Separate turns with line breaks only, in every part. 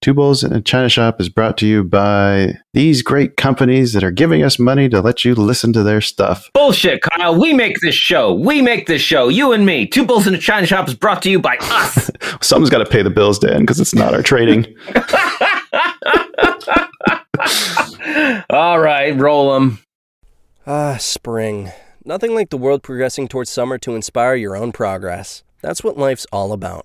Two Bowls in a China Shop is brought to you by these great companies that are giving us money to let you listen to their stuff.
Bullshit, Kyle. We make this show. We make this show. You and me. Two Bulls in a China Shop is brought to you by us.
Someone's got to pay the bills, Dan, because it's not our trading.
All right, roll them.
Ah, spring. Nothing like the world progressing towards summer to inspire your own progress. That's what life's all about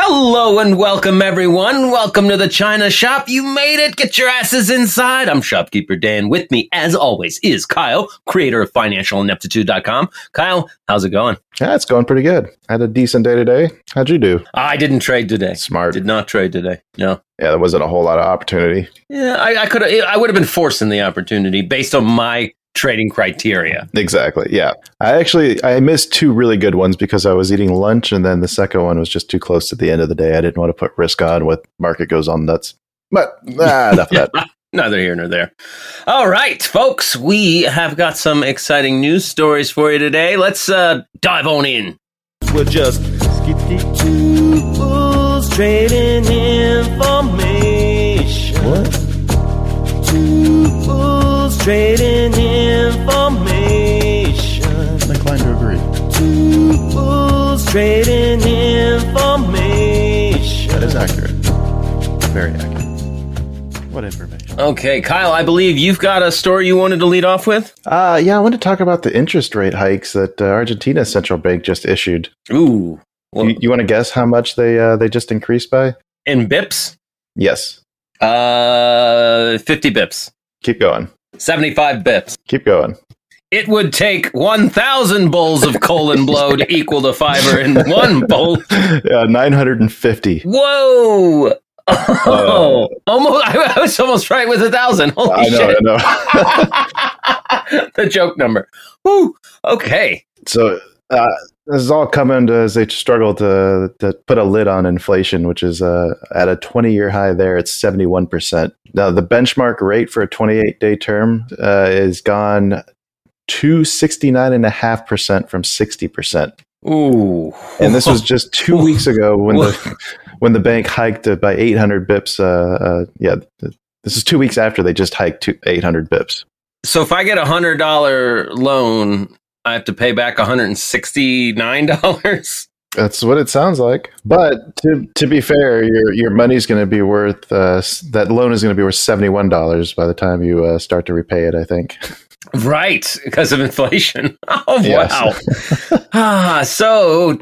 Hello and welcome, everyone. Welcome to the China Shop. You made it. Get your asses inside. I'm shopkeeper Dan. With me, as always, is Kyle, creator of financialineptitude.com. Kyle, how's it going?
Yeah, it's going pretty good. I had a decent day today. How'd you do?
I didn't trade today.
Smart.
Did not trade today. No.
Yeah, there wasn't a whole lot of opportunity.
Yeah, I, I could. I would have been forcing the opportunity based on my trading criteria.
Exactly. Yeah. I actually I missed two really good ones because I was eating lunch and then the second one was just too close to the end of the day. I didn't want to put risk on with market goes on nuts. But ah, enough of that.
Neither here nor there. All right, folks, we have got some exciting news stories for you today. Let's uh, dive on in.
We're just skitty two fools trading information.
What?
Two fools trading information.
I'm inclined to agree.
Two fools trading information.
That is accurate. Very accurate. What information?
Okay, Kyle, I believe you've got a story you wanted to lead off with.
Uh, yeah, I want to talk about the interest rate hikes that uh, Argentina's central bank just issued.
Ooh, well,
you, you want to guess how much they uh, they just increased by?
in bips,
Yes.
uh, fifty bips,
Keep going.
seventy-five bips.
Keep going.
It would take 1,000 bowls of coal and blow to equal the fiber in one bowl.
Uh, 950.
Whoa! Oh, almost, I, I was almost right with a 1,000. Holy
Uh, I know,
shit.
I know.
the joke number. Woo! Okay.
So uh, this is all coming to, as they struggle to to put a lid on inflation, which is uh, at a 20 year high. There, it's 71 percent. Now, the benchmark rate for a 28 day term uh, is gone to 69.5 percent from 60 percent.
Ooh.
And this was just two weeks ago when the when the bank hiked it by 800 bips. Uh, uh, yeah, th- this is two weeks after they just hiked two, 800 bips.
So if I get a $100 loan, I have to pay back $169?
That's what it sounds like. But to to be fair, your your money's going to be worth uh, s- that loan is going to be worth seventy one dollars by the time you uh, start to repay it. I think.
Right, because of inflation. Oh
Yes.
wow! ah, so uh,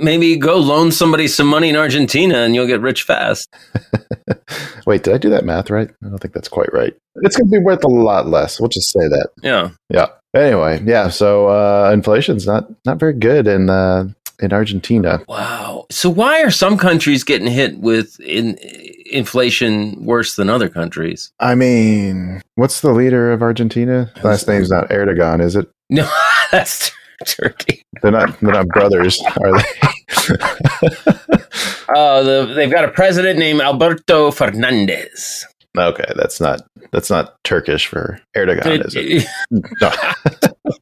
maybe go loan somebody some money in Argentina, and you'll get rich fast.
Wait, did I do that math right? I don't think that's quite right. It's going to be worth a lot less. We'll just say that.
Yeah.
Yeah. Anyway, yeah. So uh, inflation's not not very good in uh, in Argentina.
Wow. So why are some countries getting hit with in, uh, inflation worse than other countries?
I mean, what's the leader of Argentina? Last name's not Erdogan, is it?
No, that's Turkey.
They're not. They're not brothers, are they?
Uh, the, they've got a president named Alberto Fernandez.
Okay, that's not that's not Turkish for Erdogan, is it?
It-
No.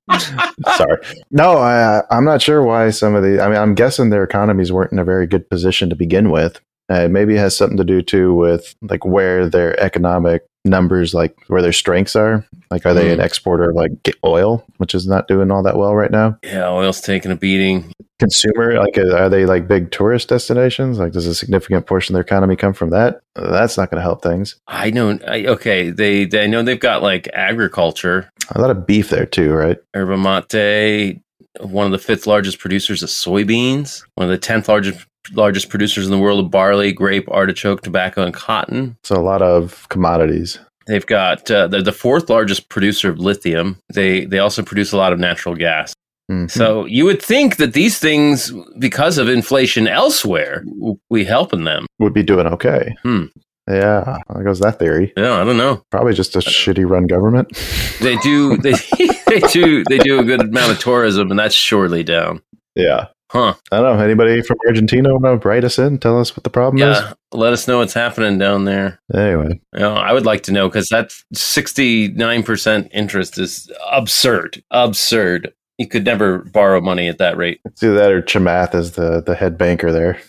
Sorry. No, I, I'm not sure why some of the. I mean, I'm guessing their economies weren't in a very good position to begin with. Uh, maybe it has something to do too with like where their economic numbers, like where their strengths are. Like, are they an exporter of like oil, which is not doing all that well right now?
Yeah, oil's taking a beating.
Consumer, like, uh, are they like big tourist destinations? Like, does a significant portion of their economy come from that? Uh, That's not going to help things.
I know. I, okay, they, they I know they've got like agriculture.
A lot of beef there too, right?
Yerba Mate, one of the fifth largest producers of soybeans, one of the tenth largest largest producers in the world of barley, grape, artichoke, tobacco, and cotton.
So a lot of commodities.
They've got uh, they're the fourth largest producer of lithium. They they also produce a lot of natural gas.
Mhm.
So you would think that these things, because of inflation elsewhere, w- we helping them.
would be doing okay.
Hmm.
Yeah, there goes that theory.
Yeah, I don't know.
Probably just a shitty run government.
They do they they do they do a good amount of tourism, and that's surely down.
Yeah.
Huh?
I don't know. Anybody from Argentina want to write us in? Tell us what the problem
Yeah. Uh, Let us know what's happening down there.
is? Anyway.
You know, I would like to know because that sixty nine percent interest is absurd. Absurd. You could never borrow money at that rate.
It's either that or Chamath is the, the head banker there.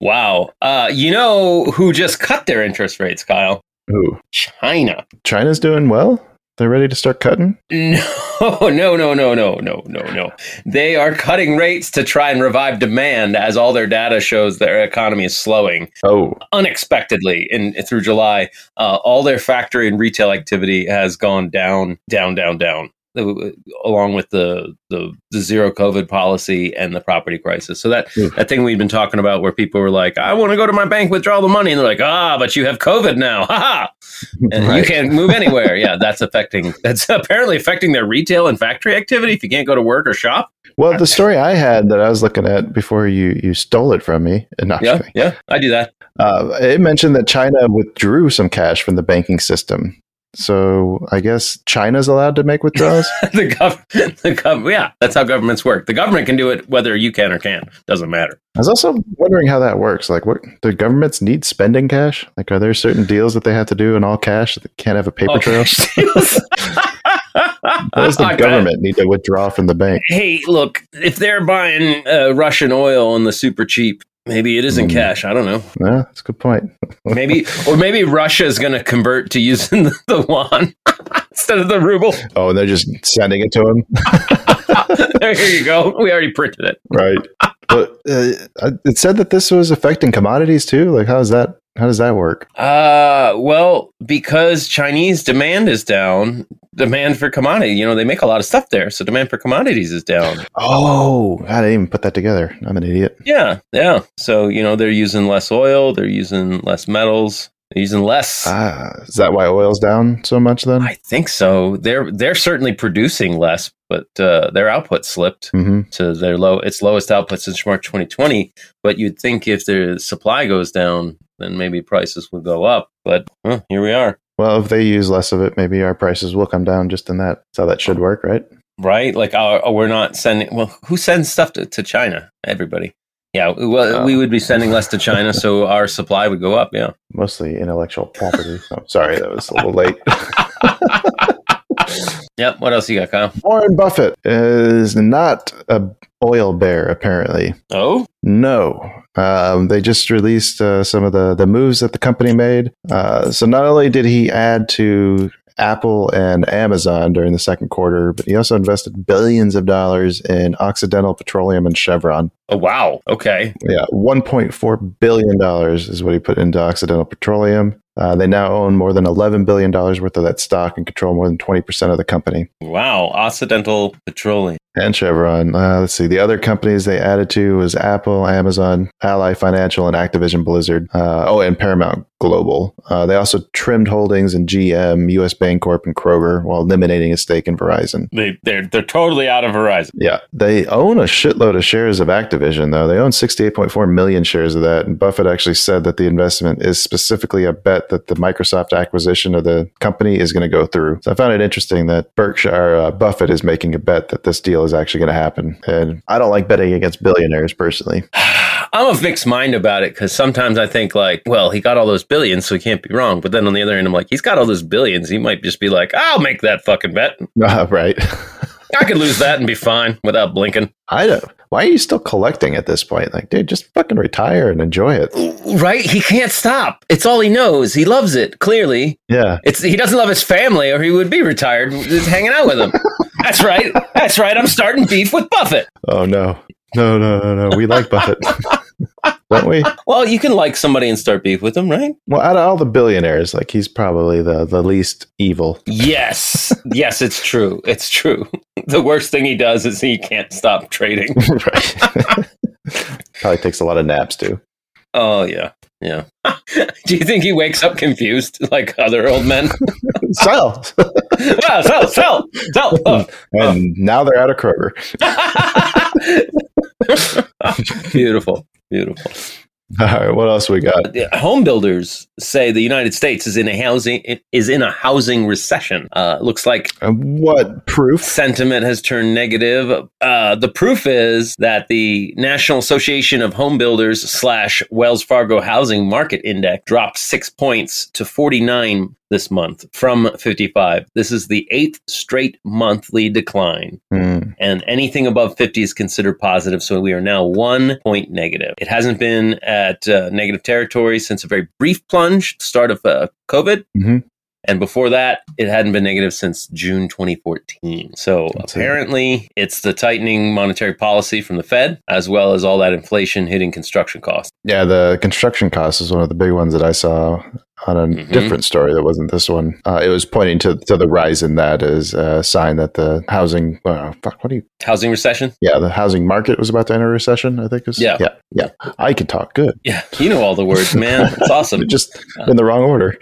Wow. Uh, you know who just cut their interest rates, Kyle?
Ooh.
China.
China's doing well? They're ready to start cutting?
No, no, no, no, no, no, no, no. They are cutting rates to try and revive demand as all their data shows their economy is slowing
Oh.
unexpectedly in through July. Uh, all their factory and retail activity has gone down, down, down, down. uh, Along with the, the the zero COVID policy and the property crisis, so that
Oof.
that thing we've been talking about, where people were like, "I want to go to my bank, withdraw the money," and they're like, "Ah, but you have COVID now, ha ha." and you
Right.
can't move anywhere. yeah, that's affecting. That's apparently affecting their retail and factory activity. If you can't go to work or shop,
Well, the story I had that I was looking at before you, you stole it from me, uh, and not
yeah, yeah, I do that.
Uh, it mentioned that China withdrew some cash from the banking system. So I guess China's allowed to make withdrawals?
the government, the gov- yeah, that's how governments work. The government can do it whether you can or can't. Doesn't matter.
I was also wondering how that works. Like, what do governments need spending cash? Like, are there certain deals that they have to do in all cash that they can't have a paper trail? What does the
I bet.
government need to withdraw from the bank?
Hey, look, if they're buying uh, Russian oil on the super cheap. Maybe it isn't
Mm.
cash. I don't know.
Yeah, that's a good point.
Maybe, or maybe Russia is going to convert to using the, the yuan instead of the ruble.
Oh, and they're just sending it to him,
there you go. We already printed it.
right? But uh, it said that this was affecting commodities too. Like, how is that? How does that work?
Uh, well, because Chinese demand is down, demand for commodity, you know, they make a lot of stuff there, so demand for commodities is down.
Oh, I didn't even put that together. I'm an idiot.
Yeah, yeah. So, you know, they're using less oil, they're using less metals, they're using less
Ah, is that why oil's down so much then?
I think so. They're they're certainly producing less, but uh, their output slipped
hmm
to their low its lowest output since March 2020, but you'd think if the supply goes down, then maybe prices would go up, but huh, here we are.
Well, if they use less of it, maybe our prices will come down. Just in that, that's how that should work, right?
right? Like, our, we're not sending. Well, who sends stuff to, to China? Everybody. Yeah, well,
Oh.
we would be sending less to China, so our supply would go up. Yeah,
Mostly intellectual property. oh, sorry, that was a little late.
yep. What else you got, Kyle?
Warren Buffett is not a oil bear, apparently.
Oh,
No, um, they just released uh, some of the the moves that the company made. Uh, so not only did he add to Apple and Amazon during the second quarter, but he also invested billions of dollars in Occidental Petroleum and Chevron.
oh, wow. Okay,
Yeah, one point four billion dollars is what he put into Occidental Petroleum. Uh, they now own more than eleven billion dollars worth of that stock and control more than twenty percent of the company.
wow. Occidental Petroleum.
And Chevron. Uh, let's see. The other companies they added to was Apple, Amazon, Ally Financial, and Activision Blizzard. Uh, oh, and Paramount Global. Uh, they also trimmed holdings in GM, U.S. Bancorp, and Kroger while eliminating a stake in Verizon.
They they're they're totally out of Verizon.
Yeah, they own a shitload of shares of Activision, though. They own 68.4 million shares of that. And Buffett actually said that the investment is specifically a bet that the Microsoft acquisition of the company is going to go through. So I found it interesting that Berkshire uh, Buffett is making a bet that this deal is actually going to happen. And I don't like betting against billionaires personally.
I'm a fixed mind about it because sometimes I think like, well, he got all those billions, so he can't be wrong. But then on the other end, I'm like, he's got all those billions. He might just be like, I'll make that fucking bet.
Uh, right.
I could lose that and be fine without blinking.
I don't. Why are you still collecting at this point? Like, dude, just fucking retire and enjoy it.
Right? He can't stop. It's all he knows. He loves it. Clearly,
Yeah.
it's he doesn't love his family, or he would be retired just hanging out with them. That's right. That's right. I'm starting beef with Buffett.
Oh no. No, no, no, no. We like Buffett. Don't we?
Well, you can like somebody and start beef with them, right?
Well, out of all the billionaires, like he's probably the, the least evil.
Yes. Yes, it's true. It's true. The worst thing he does is he can't stop trading.
right. probably takes a lot of naps too.
Oh, yeah. Yeah. Do you think he wakes up confused like other old men?
So,
well, sell, sell, sell. Oh.
and now they're out of Kroger.
beautiful. Beautiful.
All right, what else we got?
Yeah, Home builders say the United States is in a housing is in a housing recession. Uh, looks like
And what proof?
sentiment has turned negative. Uh, the proof is that the National Association of Home Builders slash Wells Fargo Housing Market Index dropped six points to 49 this month from 55. This is the eighth straight monthly decline
Hmm.
and anything above 50 is considered positive. So we are now one point negative. It hasn't been at uh, negative territory since a very brief plunge, the start of uh, COVID.
Mhm.
And before that, it hadn't been negative since June 2014. So
That's it.
apparently, it's the tightening monetary policy from the Fed, as well as all that inflation hitting construction costs.
Yeah, the construction cost is one of the big ones that I saw on a
Mhm.
different story that wasn't this one. Uh, it was pointing to, to the rise in that as a sign that the housing, uh, fuck, what do you
Housing recession?
Yeah, the housing market was about to enter a recession. I think is
Yeah.
yeah, yeah. I can talk good.
Yeah, you know all the words, man. It's awesome.
Just in the wrong order.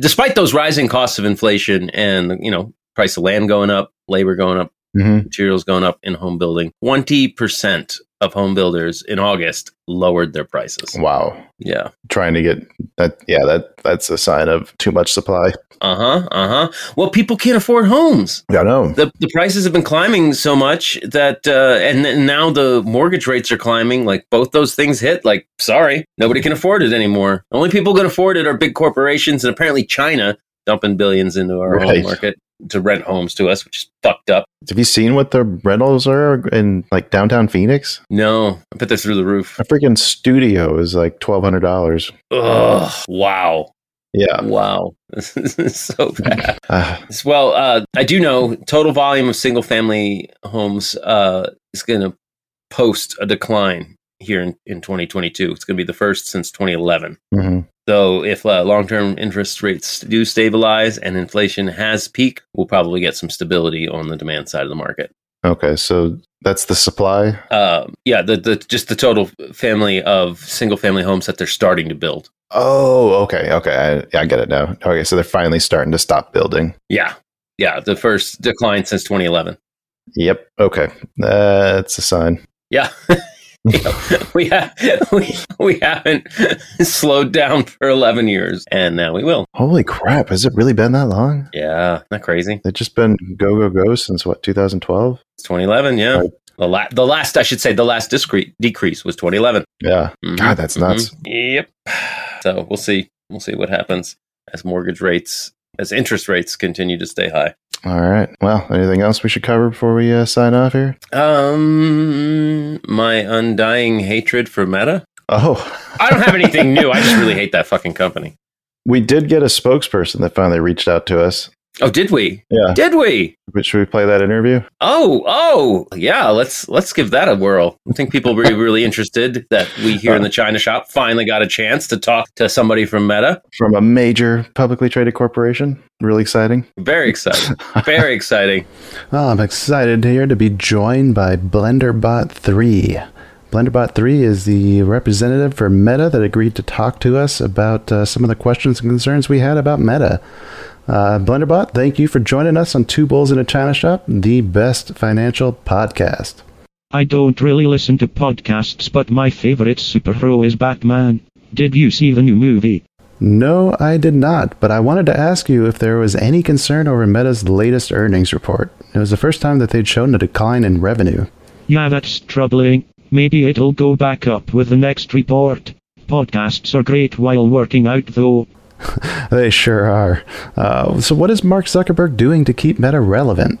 Despite those rising costs of inflation and, you know, price of land going up, labor going up,
hmm
materials going up in home building. 20% of home builders in August lowered their prices.
Wow,
Yeah.
trying to get that. Yeah, that that's a sign of too much supply.
Uh huh. Uh huh. Well, people can't afford homes.
I know.
The, the prices have been climbing so much that, uh, and then now the mortgage rates are climbing. Like both those things hit. Like, sorry, nobody can afford it anymore. The only people who can afford it are big corporations and apparently China dumping billions into our home
Right.
market to rent homes to us, which is fucked up.
Have you seen what the rentals are in like downtown Phoenix?
No, I bet they're through the roof.
A freaking studio is like twelve hundred dollars.
Ugh. Wow.
Yeah.
Wow. This is so bad.
Uh,
Well, uh, I do know total volume of single family homes uh, is going to post a decline here in, in 2022. It's going to be the first since 2011.
mhm.
Though, if uh, long term interest rates do stabilize and inflation has peaked, we'll probably get some stability on the demand side of the market.
Okay, so that's the supply.
Um yeah, the, the just the total family of single family homes that they're starting to build.
Oh, okay, okay. I, I get it now. Okay, so they're finally starting to stop building.
Yeah. Yeah. The first decline since 2011.
Yep. Okay, that's a sign.
Yeah. You know, we, ha- we we haven't slowed down for 11 years and now we will.
Holy crap! Has it really been that long?
Yeah, not crazy.
They've just been go go go since what 2012.
It's 2011, yeah.
Right.
The, la- the last I should say the last discre- decrease was 2011.
Yeah,
Mhm,
God, that's nuts.
mhm. Yep. So, we'll see. We'll see what happens as mortgage rates as interest rates continue to stay high.
All right. Well, anything else we should cover before we uh, sign off here?
Um my undying hatred for Meta.
Oh,
I don't have anything new. I just really hate that fucking company.
we did get a spokesperson that finally reached out to us.
Oh, did we?
Yeah,
Did we?
but should we play that interview?
Oh, oh, yeah. Let's let's give that a whirl. I think people were really interested that we here in the China shop finally got a chance to talk to somebody from Meta.
From a major publicly traded corporation. Really exciting.
Very exciting. Very exciting.
Well, I'm excited here to be joined by BlenderBot 3. BlenderBot 3 is the representative for Meta that agreed to talk to us about uh, some of the questions and concerns we had about Meta. Uh, BlenderBot, thank you for joining us on Two Bulls in a China Shop, the best financial podcast.
I don't really listen to podcasts, but my favorite superhero is Batman. Did you see the new movie?
No, I did not, but I wanted to ask you if there was any concern over Meta's latest earnings report. It was the first time that they'd shown a decline in revenue.
Yeah, that's troubling. Maybe it'll go back up with the next report. Podcasts are great while working out, though.
They sure are. Uh, so, what is Mark Zuckerberg doing to keep Meta relevant?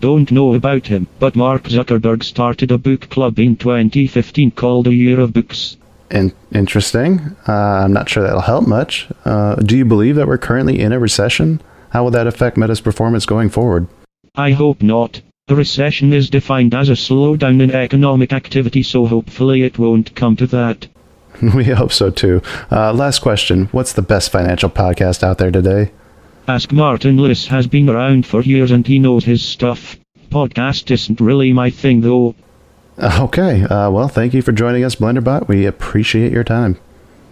Don't know about him, but Mark Zuckerberg started a book club in 2015 called A Year of Books.
In- interesting. Uh, I'm not sure that'll help much. Uh, do you believe that we're currently in a recession? How will that affect Meta's performance going forward?
I hope not. A recession is defined as a slowdown in economic activity, so hopefully it won't come to that.
we hope so too. Uh, last question What's the best financial podcast out there today?
Ask Martin Liss has been around for years and he knows his stuff. Podcast isn't really my thing though.
Okay. Uh, well, thank you for joining us, Blenderbot. We appreciate your time.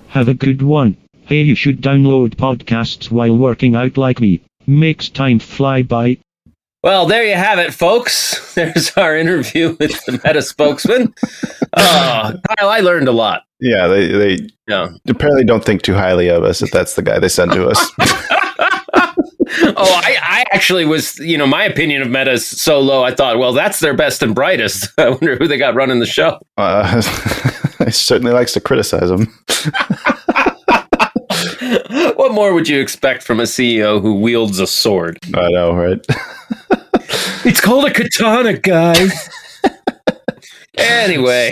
Have a good one. Hey, you should download podcasts while working out like me. Makes time fly by.
Well, there you have it, folks. There's our interview with the Meta spokesman. Uh, Kyle, I learned a lot.
Yeah, they, they
Yeah.
apparently don't think too highly of us if that's the guy they send to us.
Oh, I, I actually was, you know, my opinion of Meta is so low. I thought, well, that's their best and brightest. I wonder who they got running the show.
Uh, he certainly likes to criticize him.
What more would you expect from a CEO who wields a sword?
I know, right?
It's called a katana, guys. anyway,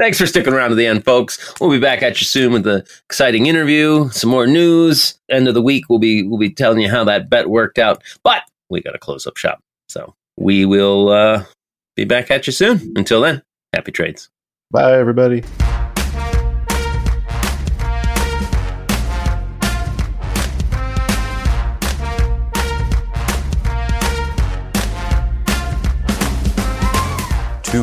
thanks for sticking around to the end, folks. We'll be back at you soon with the exciting interview, some more news. End of the week, we'll be we'll be telling you how that bet worked out. But we got to close up shop, so we will uh, be back at you soon. Until then, happy trades.
Bye, everybody.
Two